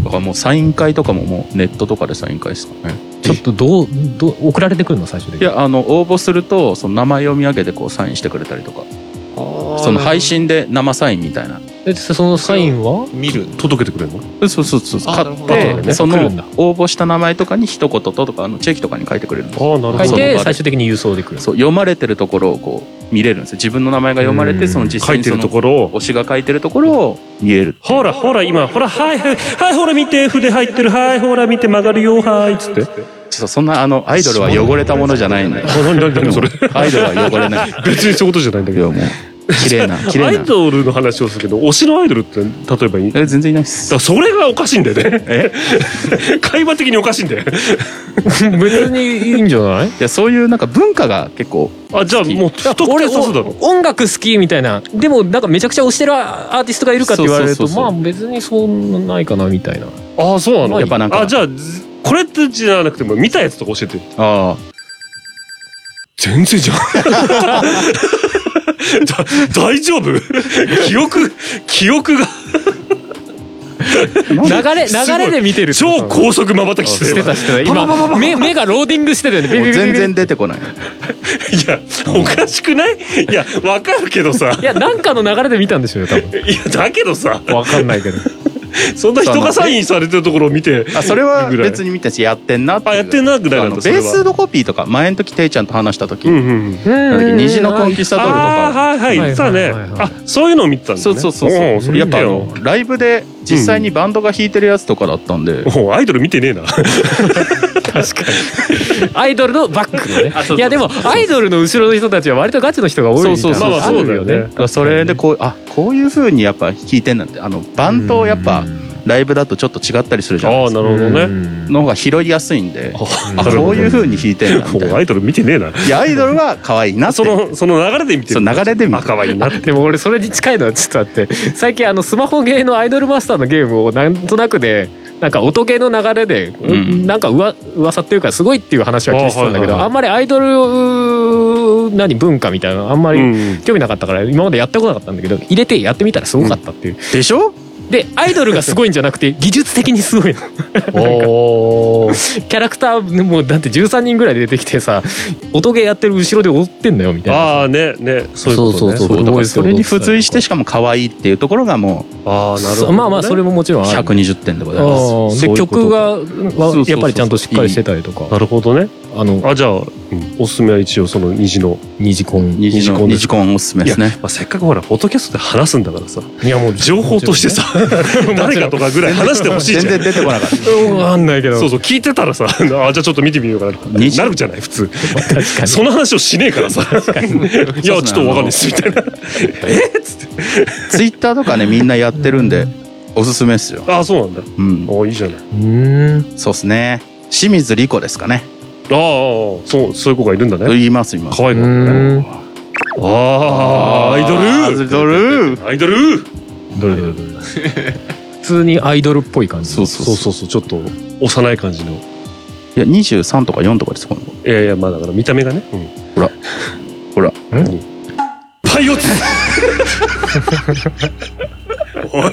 F: だからもうサイン会とかももうネットとかでサイン会ですかね
B: ちょっとどうどう送られてくるの最終的
F: い
B: に
F: やあの応募するとその名前読み上げてこうサインしてくれたりとかそ
E: そ
F: の配信で生サインみたいな
B: えそのサインは
E: 見る。
D: 届けてくれるの
F: そうそうそう
E: あ
F: 買
E: なる
F: っ
E: ほど
F: て、
B: ね
F: そ
B: 来
F: の
B: るんだ
F: 応募した名前とかに一言ととかあのチェキとかに書いてくれるの
D: ああ、なるほ
B: 書い
D: ど。
B: て最終的に郵送でくる
F: そう読まれてるところをこう見れるんですよ自分の名前が読まれ
B: うん
F: てその実
D: 書
F: 際
D: い
F: に
D: て
F: そ
D: る
F: の
D: ところを。
F: 推しが書いてるところを見える
D: ほらほら今ほらはいはいはいほら見て筆入ってるはいほら見て曲がるよはいつって
F: ちょっとそんなあのアイドルは汚れたものじゃないんだよ
D: あ何何何それ
F: アイドルは汚れない
D: 別にそういうことじゃないんだ
F: い
D: け
F: や
D: ど
F: もう綺麗な綺
D: ア
F: 麗
D: イ
F: な
D: ドルの話をするけど推しのアイドルって例えばいいだか
F: え全然いないっす
D: らそれがおかしいんだよねえ 会話的におかしいんだよ
B: 別にいいんじゃない
F: いやそういうなんか文化が結構
D: あじゃあもう不特定多数だろ
B: 音楽好きみたいなでもなんかめちゃくちゃ推してるアーティストがいるかって言われると
F: そうそうそうそう
B: まあ別にそんなないかなみたいな
D: ああそうな
F: やっぱなんか
D: あじゃあずこれってじゃなくても見たやつとか教えて
F: あ
D: 全然じゃん だ大丈夫 記憶記憶が
B: 流れ流れで見てるってこと
D: 超高速瞬きして
B: して
D: る
B: たしてた今目目がローディングしてたよね
F: あ
B: ビ
F: も
B: ビ
F: う
B: ビビビ
F: 全然出てこない
D: いや、おかしくないいや、わかるけどさ。
B: いやなんかの流れで見たんでしょうよ多分
D: いや、だけどさ、
B: わかんないけど
D: そんな人がサインされてるところを見て、
F: あそれは
D: ぐらい
F: 別に見たしやってんなっていう
D: あやってんなぐらいなんだ
F: あの
D: それ
F: ベ
D: は
F: ースのコピーとか前の時ていちゃんと話した時、
D: うんうんうん。
F: なんだっけ虹のコンキスタドールと
D: ああ、
F: か
D: はいはい、言ってたね
B: はいはい。はい
D: あ、そういうのを見てたんだね。
F: そうそうそうそう
D: おうそれや
F: やっ
D: っ
F: ぱ
D: ぱ
F: あのライブで実際にバンドが弾いてるやつとかだったんで、
D: おうアイドル見てねえな。
B: アイドルのバックのねいやでもアイドルの後ろの人たちは割とガチの人が多いみたいな
F: そうそうそう
D: まあまあそうだよね
B: ある
F: だからそれでこうあこういう風にやっぱ弾いてんなんてあのバンドをやっぱライブだとちょっと違ったりするじゃ
D: あ
F: ん
D: あ、なるほどね。
F: の方が拾いやすいんであ
D: なるほど
F: こういう風に弾いてんなん
D: おうア
F: て
D: イドル見てねえな。
F: いやアイドルは可愛いなって
D: その、その流れで見て
F: そ
D: る。
F: う流れで見
D: あ、可愛いな。
B: でも俺それに近いのはちょっとあって最近あのスマホゲーのアイドルマスターのゲームをなんとなくでなんか音ゲーの流れで、
F: ん
B: なんかうわ噂っていうかすごいっていう話は聞いてたんだけどあ,、
D: あはいはいはい
B: んまりアイドル何文化みたいなのあんま
D: う
B: り
D: ん。
B: 興味なかったから今までやってこなかったんだけど入れてやってみたらすごかったっていう、
F: でしょ
B: でアイドルがすごいんじゃなくて 技術的にすごいの
D: お
B: キャラクターもうだって13人ぐらい出てきてさ音ゲーやってる後ろで追ってんのよみたいな
D: ああ、ね、ね、そういうことね。
B: そうそう
F: だから
B: すごいですよ
F: それに付随してしかも可愛いっていうところがも
D: ああ、なるほど
B: そ
D: ね。
B: うまあまあそれももちろ
F: うん
B: ある
F: 120点でございます
B: ああ
F: そう
B: で
F: いうこと
B: 曲がはやっぱりちゃんとしっかりしてたりとか
D: なるほどね。
B: あの
D: あ、じゃあ、うんおすすめは一応その虹の。
B: 二次コン
F: 虹の
D: 虹コンです
F: 虹コンおすすめです
D: いや
F: ね
D: まあ、せっかくほら、フォトキャストで話すんだからさ。
B: いやもう
D: 情報としてさ、 誰かとかぐらい話してほしいじ
F: 全
D: ゃ
F: 然
D: ん。
F: 出てこなかった
B: 分かんないけど
D: そうそう、聞いてたらさ、あじゃあちょっと見てみようかなって
F: 二次
D: なるじゃない、普通。
B: 確かに
D: その話をしねえからさ、いや、ちょっとわかんないです、みたいな。
F: ツイッターとかねみんなやってるんでおすすめですよ
D: ああ、そうなんだ。
F: うん
D: ああ、いいじゃない。ああ、
B: うーん
F: そうっすね清水理子ですかね
D: そう、そういう子がいるんだね。
F: 言います今
D: 可愛い子だね。ああ、アイ
F: ア
D: ド
F: イ
D: ル
F: ドル
D: アイドル
B: どれどれどれ普通にアイドルっぽい感じ
F: そうそうそ
D: そううそうそう、ちょっと幼い感じの。
F: いや23とか4とかですこの子
D: いやいや、まあだから見た目がね。うん
F: ほら
D: パイオツおい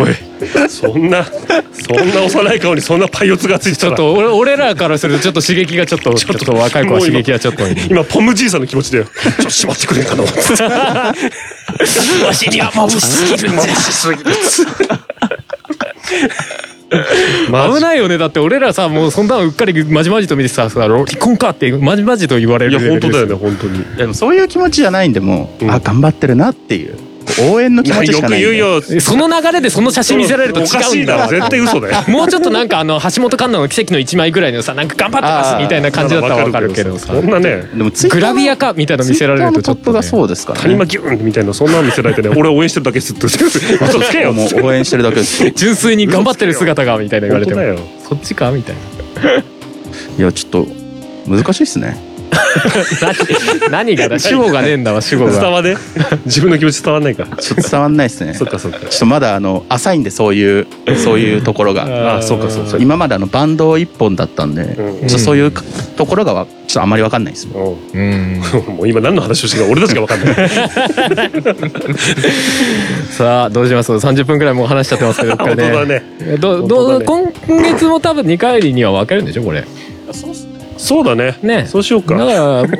D: おいそんな、そんな幼い顔にそんなパイオツがついて
B: ち
D: た
B: ょっ
D: ら。
B: と俺俺らからするとちょっと刺激がちょっとちょっと若い子は刺激がちょっと
D: 今、ポムじいさんの気持ちで、ちょっとしまってくれんかな。
B: わしには眩しすぎる危ないよねだって俺らさもうそんなのうっかりまじまじと見てささ離婚かってまじまじと言われ
D: い
B: る
D: や、本当だよね、
B: ね
D: 本当に。
F: でもそういう気持ちじゃないんでもう、
D: うん
F: あ頑張ってるなっていう応援の気持ちし
D: よ
F: か
D: く
F: ないんで
D: 言うよ。
B: その流れでその写真見せられると違
D: おか
B: う
D: し
B: ん
D: い
B: だ
D: だろ、絶対嘘だよ。
B: もうちょっとなんかあの橋本環奈の奇跡の一枚ぐらいのさなんか頑張ってますみたいな感じだったらわかるけど さ
D: そんなね、
F: でもツイッタ
B: グ
F: ーの
B: ラビアかみたいなの見せられるとちょっと、
F: ツイッターのトップ
B: ね
F: が、そうですから
D: 谷
F: ね
D: 間ギューンみたいな、そんなの見せられてね、俺は応援してるだけですって。嘘つけよ、
F: も
D: 本
F: う応援してるだけですい
B: 純粋に頑張ってる姿がみたいな言われ
D: 当
B: て
D: だ
B: も
D: よ。
B: そっちかみたい な
F: やちょっと難しいっすね
B: 何何がだ主語がねえんだわ主語
D: 伝
B: が
D: わね。 自分の気持ち伝わんないから。
F: ちょっと伝わんないっすね
D: そっかそっか。
F: ちょっとまだあの浅いんでそういうそういうところが
D: ああ、そうかそうか。
F: 今まであのバンド一本だったんで、
D: うん
F: ちょっとそういうかところがわちょっとあまりわかんないですね
D: うん
B: うん
D: もう 今何の話をしてるか俺たちが分かんない。
B: さあどうします30分ぐらいもう話しちゃってますけどこれ
D: 本当だ
B: ね
D: ね。
B: どどう
D: 本
B: 今月も多分2回には分けるんでしょこれ
D: そうだね。
B: ね
D: そうしよう
B: だか
D: か。
B: ら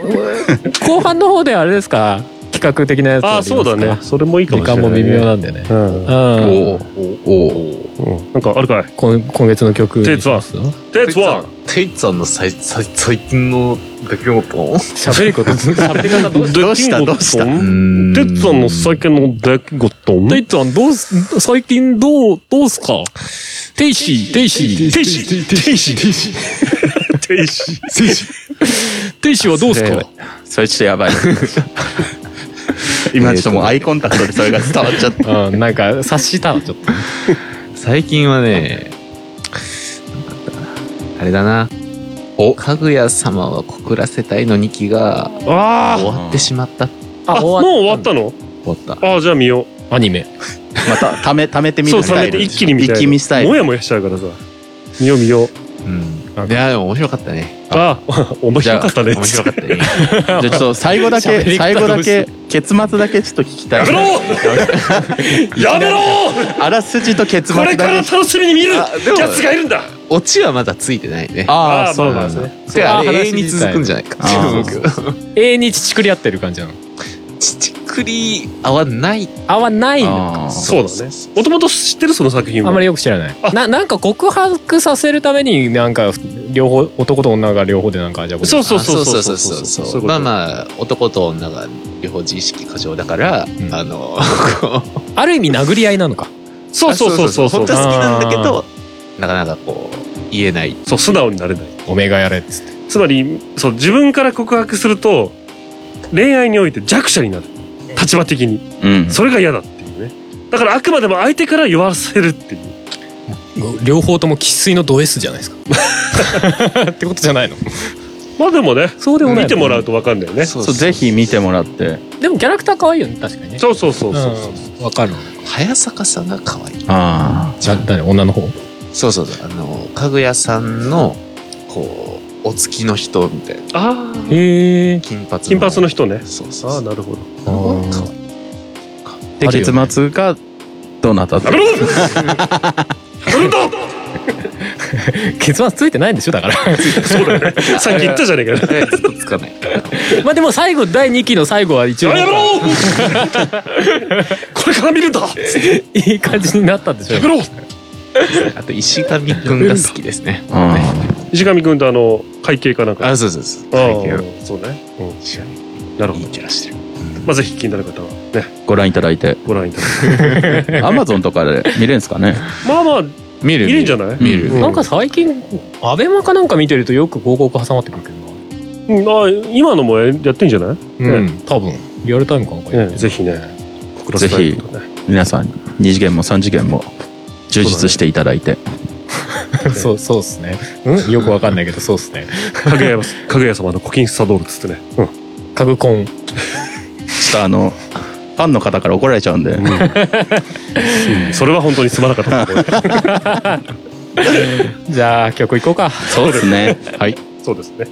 B: 後半の方であれですか企画的なやつ
D: ああ、
B: やりますか
D: そうだね。それもいいか
B: 時
D: もしれ
B: 間
D: な
B: も
D: い、ね。
B: 微妙なんでね
D: う
B: うん
D: ん。
C: おおお
D: うん。なんかあるかい
B: 今今月の曲
D: テイツワン
B: します
D: テイツワン
G: テイツさんの最最最近の出来事
B: 喋りこと喋り方どうし
F: どうしたどうした
D: テ
C: ん
D: イツワンの最近の出来事
B: テイツワンどうす最近どうどうすかテイシーテイシー
D: テイシーテイシーテイシーテイシ
B: テイシーはどうす
F: そ
B: か
F: れそれちょっとやばい今ちょっともうアイコンタクトでそれが伝わっちゃった
B: うん、なんか察したわちょっと
C: 最近はね、なんかあったあれだな。お、かぐや様は告らせたいの2期が
D: ー。あ
C: 終
D: あ。
C: わってしまった。終
D: あ、もう終わったの
C: わった。
D: ああ、じゃあ見よ
B: アニメ
F: またためためて
D: う。
F: み
D: そう、
F: る
D: 冷
F: スタ
D: め
F: イル
D: て一気に見たい。
F: 一気見スタイル
D: もやもやしちゃうからさ。見よう見よう。
C: うん。いや、でも面白かったね。
D: ああ、 面白かったね。
C: 面白かったね。
F: じゃあちょっと最後だ
B: 喋り
F: け
B: 方
F: 最後だ
B: どうし
F: け結末だけちょっと聞きた
D: や
F: い
D: めろやめろ
F: あらすじと結
D: こ
F: 末
D: れ
F: だ
D: から
F: け
D: 楽しみに見る
C: あでも
D: やつがいるんだ
C: オチはまだついてないね。
D: あ
F: あ
D: あ、そうなんですね。
C: で、あ
B: あー
C: れ
B: 話
C: 永遠に続くんじゃないかって思うけど。
B: 永遠に乳くり合ってる感じなの
C: ちくり合わない。
B: あはないの
F: あー
D: そうだね。もともと知ってるその作品も。
B: あんまりよく知らないななんか告白させるためになんか両方男と女が両方でなんかじゃあ
D: そうそうそう
C: あ
D: そう
C: そうそうそ
D: そう
C: う
D: いうこと
C: まあまあ、男と女が両方自意識過剰だから、
B: ん
C: あの、
B: ある意味殴り合いなのか
D: そうそうそうそうそう
C: 本当は好きなんだけど、なかなかこう、言えない。
D: そう素直になれない
B: おめえがやれっつって
D: つまりそう自分から告白すると恋愛において弱者になる立場的に
F: うん
D: それが嫌だっていうねだからあくまでも相手から弱らせるっていう
B: 両方とも生粋のド S じゃない ですかってことじゃないの
D: まあでもね
B: そうでもない
D: 見てもらうと分かんだよね
F: そうぜひ見てもらって
B: でもキャラクター可愛いよね確かにね
D: そうそうそうそうそう
B: うんわかる
C: 早坂さんが可愛い。
F: あ
B: じゃ誰女の方
C: そうそうそう。あの、かぐやさんの、こう、お付きの人みたいな。
D: ああ
B: へえ
C: 金髪の。
D: 金髪の人ね
C: そうそう
D: あ
C: そ
D: あ
C: う。
D: なるほど
C: 可愛い
F: あで結末がどうなったって
D: やめろなんだ
B: 結末ついてないんでしょだから
D: そうだよ ねさっき言ったじゃねえかよ
C: えずっとつかない。
B: まあでも最後第2期の最後は一応
D: あやめろこれから見るんだ
B: いい感じになったんでしょ
D: やめろ
C: あと、石上くんが好きですね。
D: 石上君とあの会計かなんか
C: あ、そうそうそう。
D: うんそうね、
C: 石上く
D: うん、なる
C: ん
D: ほ
C: い
D: ど
C: い、キャラしてる。
D: まあ、ぜひ気になる方はね
F: ご覧いただい て
D: ご覧いただいて
F: アマゾンとかで見れるんですかね
D: まあまあ
C: 見る
D: 見るんじゃない
C: 見る。
D: うん
B: なんか最近アベマかなんか見てるとよく広告挟まってくるけどな
D: うんあ今のもやってんじゃない、
B: うん多分リアルタイムかなんかやって
D: ね
B: る
D: ぜひね告ら
F: ぜ
D: せ
F: ひ
D: たいことね
F: 皆さん2次元も3次元も充実していただいて、
B: そうそうっすねうんよくわかんないけどそうっすね
D: かぐや かぐや様のコキンスサドールっつってね、うん
B: カグコン
F: ちょっとあのファンの方から怒られちゃうんで、
D: それは本当にすまなかったと ころで
B: じゃあ曲いこうか
F: そうですね はい
D: そうですね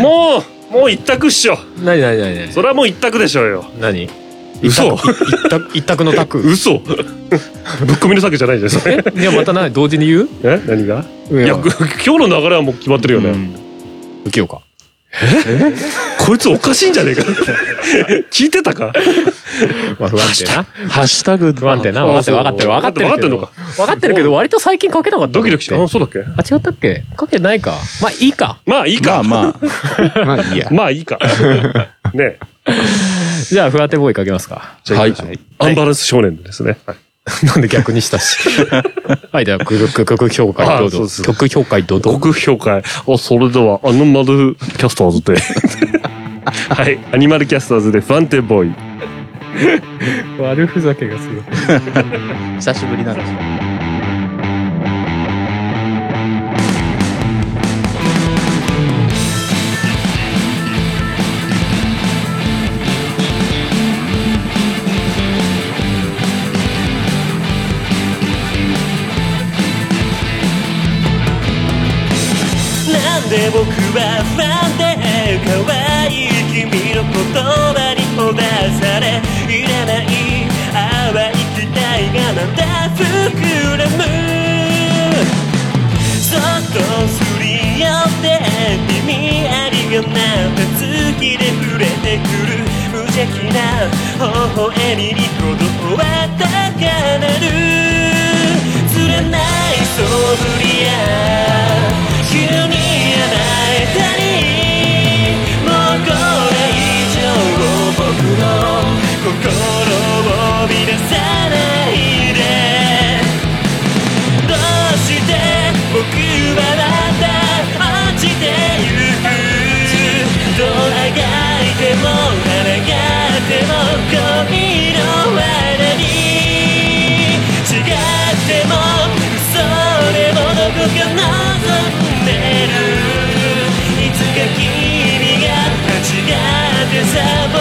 D: もうもう一択っしょ
B: 何何何何
D: それはもう一択でしょうよ
B: 何
D: 嘘
B: 一択一択一択の択
D: 嘘 ぶっ込みの酒じゃないじゃんそれ
B: じゃあまた何同時に言う
D: え何がいやぐ今日の流れはもう決まってるよね、
B: 受けようか
D: こいつおかしいんじゃねえか聞いてたか
B: まあ不安定な
F: ハッシュタグ
B: 不安定な分かってる分かってる分かってる
D: 分かってんの
B: 分
D: か
B: かってるけど割と最近かけなかった
D: ドキドキしてあそうだっけ
B: あ違ったっけかけてないかまあいいか
D: まあいい
F: まあ
D: か
F: まあ、
E: まあい いや。
D: まあいいか ね
B: じゃあフラテボーイかけますか
D: はいアンバランス少年ですねはい
B: なんで逆にしたしはいでは曲曲評価どう
D: あそう
B: ぞ
D: です
B: 曲評価どうぞ
D: 極評価あそれではアニマルキャスターズ ではいアニマルキャスターズで不安定ボーイ
B: 悪ふざけがすごい
F: 久しぶりなんです
H: なんで僕は不安で可愛い君の言葉にほだされいらない淡い期待がなんだ膨らむそっとすり寄って耳ありがなった月で触れてくる無邪気な微笑みに鼓動は高鳴る釣れないそぶりや急に甘えたりもうこれ以上僕の心を乱さないでどうして僕はまた落ちてゆくどあがいても穴があっても恋の罠に違っても嘘でもどこか望んでるいつか君が間違ってさ僕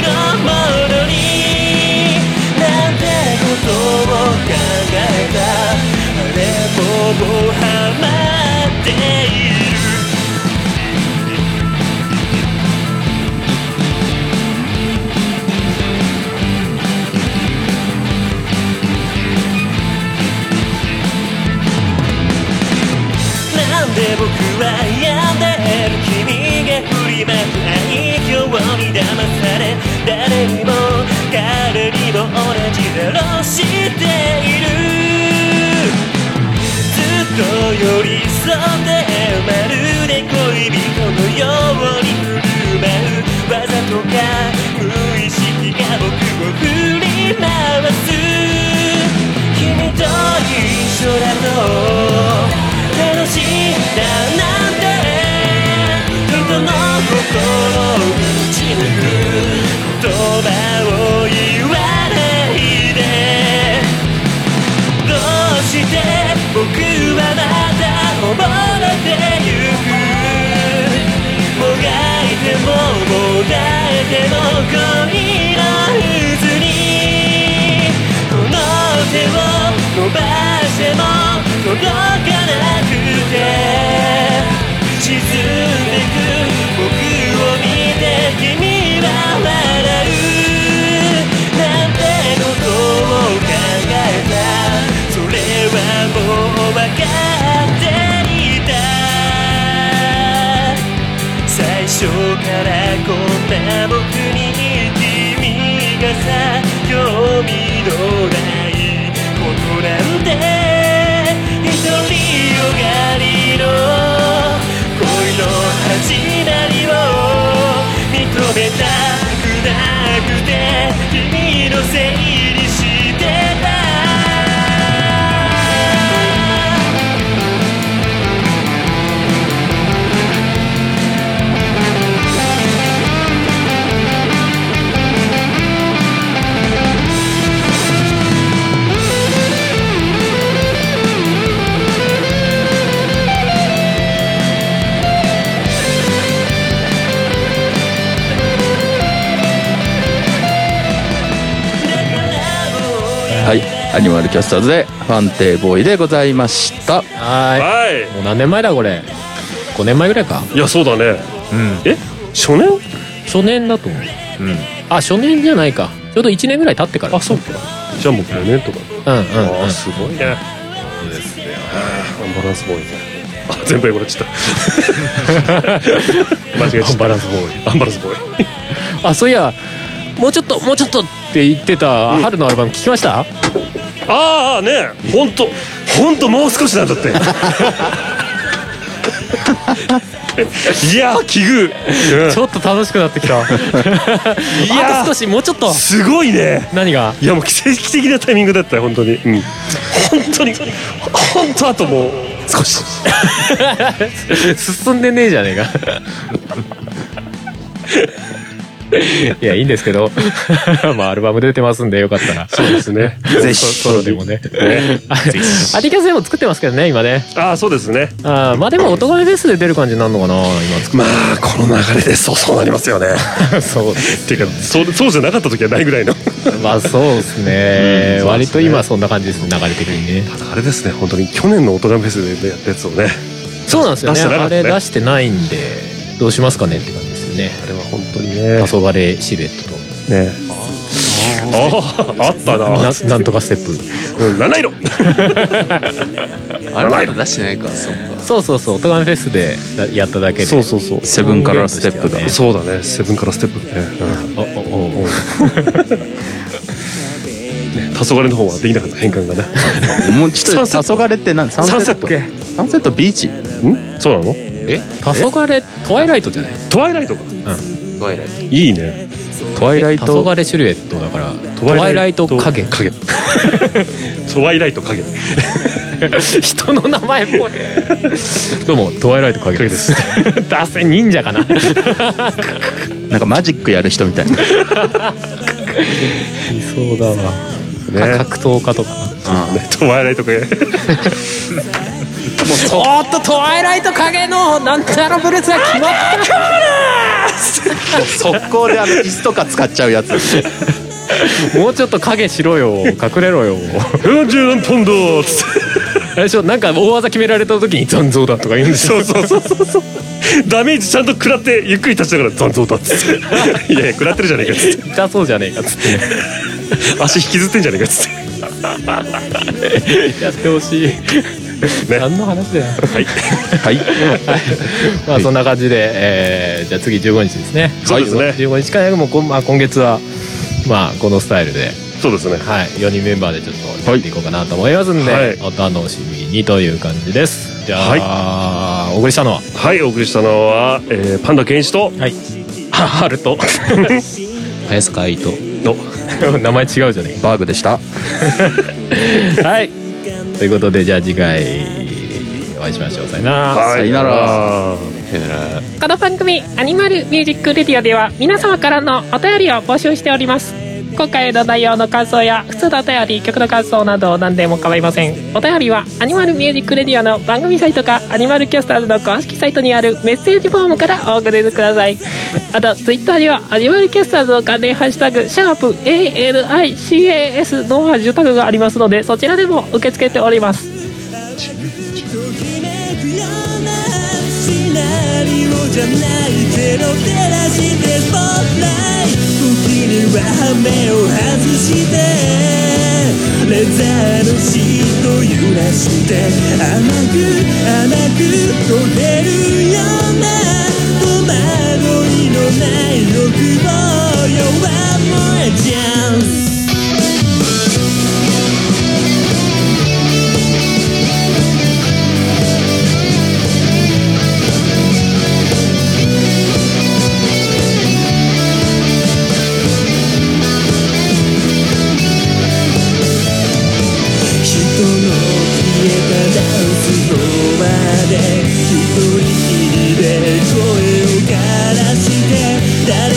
H: のものになんてことを考えたあれももうハマっているなんで僕は病んでる君が振りまく愛嬌に騙され誰にも彼にも同じだろうしているずっと寄り添ってまるで恋人のように振る舞うわざとか無意識が僕を振り回す君と一緒だと楽しいんだなんて人の心を打ち抜く言葉を言わないでどうして僕はまた溺れてゆくもがいてももだえても恋の渦にこの手を伸ばしても届かなくて沈んでく僕を見て君は笑うなんてことを考えたそれはもう分かっていた最初からこんな僕に君がさ興味のないことなんて一人よがりの恋の始まりを認めたくなくて君のせいにしてた
F: はいアニマルキャスターズでファンテボーイでございまし
B: は
F: た
D: はい
B: ーいもう何年前だこれ5年前ぐらいか
D: いやそうだね、え初年
B: 初年だと思うあ初年じゃないかちょうど1年ぐらい経ってから
D: あ、そうか。じゃあもう5年とか。
B: うんうんうん
D: ああ、すごいね。
G: ですね。
D: アンバランスボーイね。あ、全部英語でちゃ った。間違えちゃった。アンバランスボーイ。アンバランスボーイ。
B: あそういやもうちょっともうちょっとって言ってた春のアルバム聞きました、
D: ああ、ねえ。ほんと、ほんともう少しなん だって。いやー、奇遇。うん
B: ちょっと楽しくなってき た
D: やー
B: あと少しもうちょっと
D: すごいね。
B: 何が
D: いやもう奇跡的なタイミングだったよ本当に、うん、本当に本当あともう少し
B: 進んでねえじゃねえか いやいいんですけど まあアルバム出てますんでよかったら
D: そうで すね
B: ぜひソロでもね
D: ね
B: あアディキャスでも作ってますけどね今ね
D: ああそうですね
B: あーまあでも音亀ベースで出る感じになるのかな今作
D: まあこの流れでそうそうなりますよね
B: る そう
D: っていうかそうそうじゃなかった時はないぐらいの
B: まあそうですね,、
D: うんそうで
B: 割
D: すね
B: と今そんな感じですね流れ的にね
D: あれですね本当に去年の大人フェスでやったやつをね
B: そうなんですよね
D: 出してなか
B: あ
D: ったね
B: れ出してないんでどうしますかねって感じですよね
D: あれは本当にね
B: 黄昏シルエットと
D: ねあああったな
B: ななんとかステップ
D: うん七色
C: あれまだ出してないか、そっか。
B: そうそうそう、オトガメフェスでだやっただけで。
D: そうそうそう
F: セブンからステップが
B: 音源として
D: そうだねセブンからステップね、うん
B: はねおおお
D: 黄昏の方はできなかった変換 がね
F: もうちょっと黄昏って何サンセ
D: サ
F: ット
D: ンセ
F: サンセットビーチ
D: んそうなの
B: 黄昏、トワイライトじゃない
D: トワイライトか
C: どうやら
D: いいね
B: トワイライト。黄昏シルエットだから、トワイライト影。
D: 影トワイライト影
B: 人の名前っぽい。 どうも、トワイライト影です。ダセ忍者かな。い
F: なんかマジックやる人みた いな
B: そうだわ。
D: ね
B: 格闘家とか。
D: ねトワイライト影
B: おっと、トワイライト影のなんちゃらブルースが決まった。
F: 速攻であの椅子とか使っちゃうやつ
B: もうちょっと影しろよ、隠れろよ。
D: 44ポンドつって
B: 最初なんか大技決められた時に残像だとか言うんです
D: そうそうそうそうそうダメージちゃんと食らってゆっくり立ちながら残像だっつっ ていやいや食らってるじゃねえかっつっ
B: 痛そうじゃねえかっつって
D: て足引きずってんじゃねえかっつっ
B: やってほしい、何の話だよ
D: てはい
F: はい
B: まあそんな感じで、えーじゃあ次15日ですね
D: そうですね
B: 15日からもうこん、まあ、今月はまあこのスタイルで、
D: そうですね
B: はい、4人メンバーでちょっとやっていこうかなと思いますんで、
D: はい
B: お楽しみにという感じですじゃあ、お送りしたのは
D: はいお送りしたのは、えーパンダケンイチと
B: はい
D: ハルト
F: 早坂愛と
D: の
B: 名前違うじゃね
F: バーグで した
B: えかはいということでじゃあ次回お会いしましょうさよなら
D: は
F: さよなら
I: この番組「アニマルミュージックレディオ」では皆様からのお便りを募集しております今回の内容の感想や普通のお便り曲の感想など何でも構いませんお便りはアニマルミュージックレディオの番組サイトかアニマルキャスターズの公式サイトにあるメッセージフォームからお送りくださいあとツイッターにはアニマルキャスターズの関連ハッシュタグシャープ ANICAS のハッシュタグがありますのでそちらでも受け付けております
H: ときめくようなシナリオじゃないゼロ照らしてスポットライト時には羽目を外してレザーのシート揺らして甘く甘く取れるような戸惑いのない欲望よ One more chance 人の消えたダンスフロアで一人きりので声を枯らして誰かに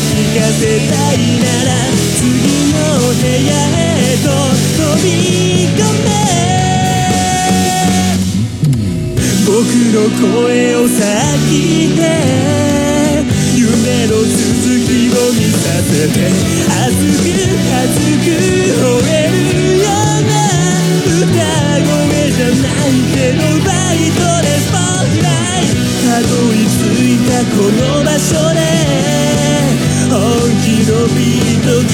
H: 聞かせたいなら次の部屋へと飛び込め僕の声をさ聞いて夢の続きを見させて熱く熱く吠えるような歌声じゃないけどバイトでスポットライトたどり着いたこの場所で本気のビート刻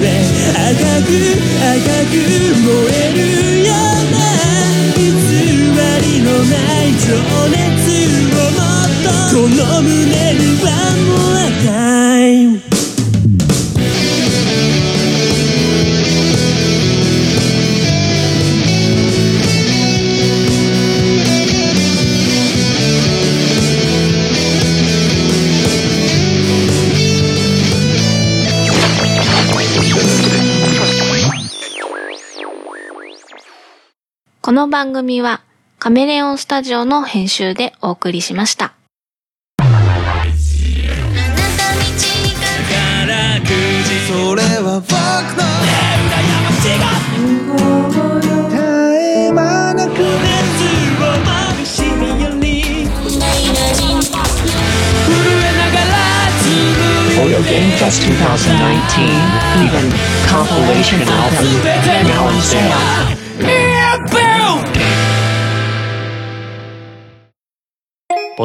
H: で赤く赤く燃えるような偽りのない情熱をもっとこの胸にはもう赤い
J: この番組はカメレオンスタジオの編集でお送りしました。
C: それは僕の絶え間なく
H: 熱をまぶしみより震えながら紡いで
C: Audio Game Fest 2019 Even Compilation Album Now on sale
H: Yeah, boom!
B: ポ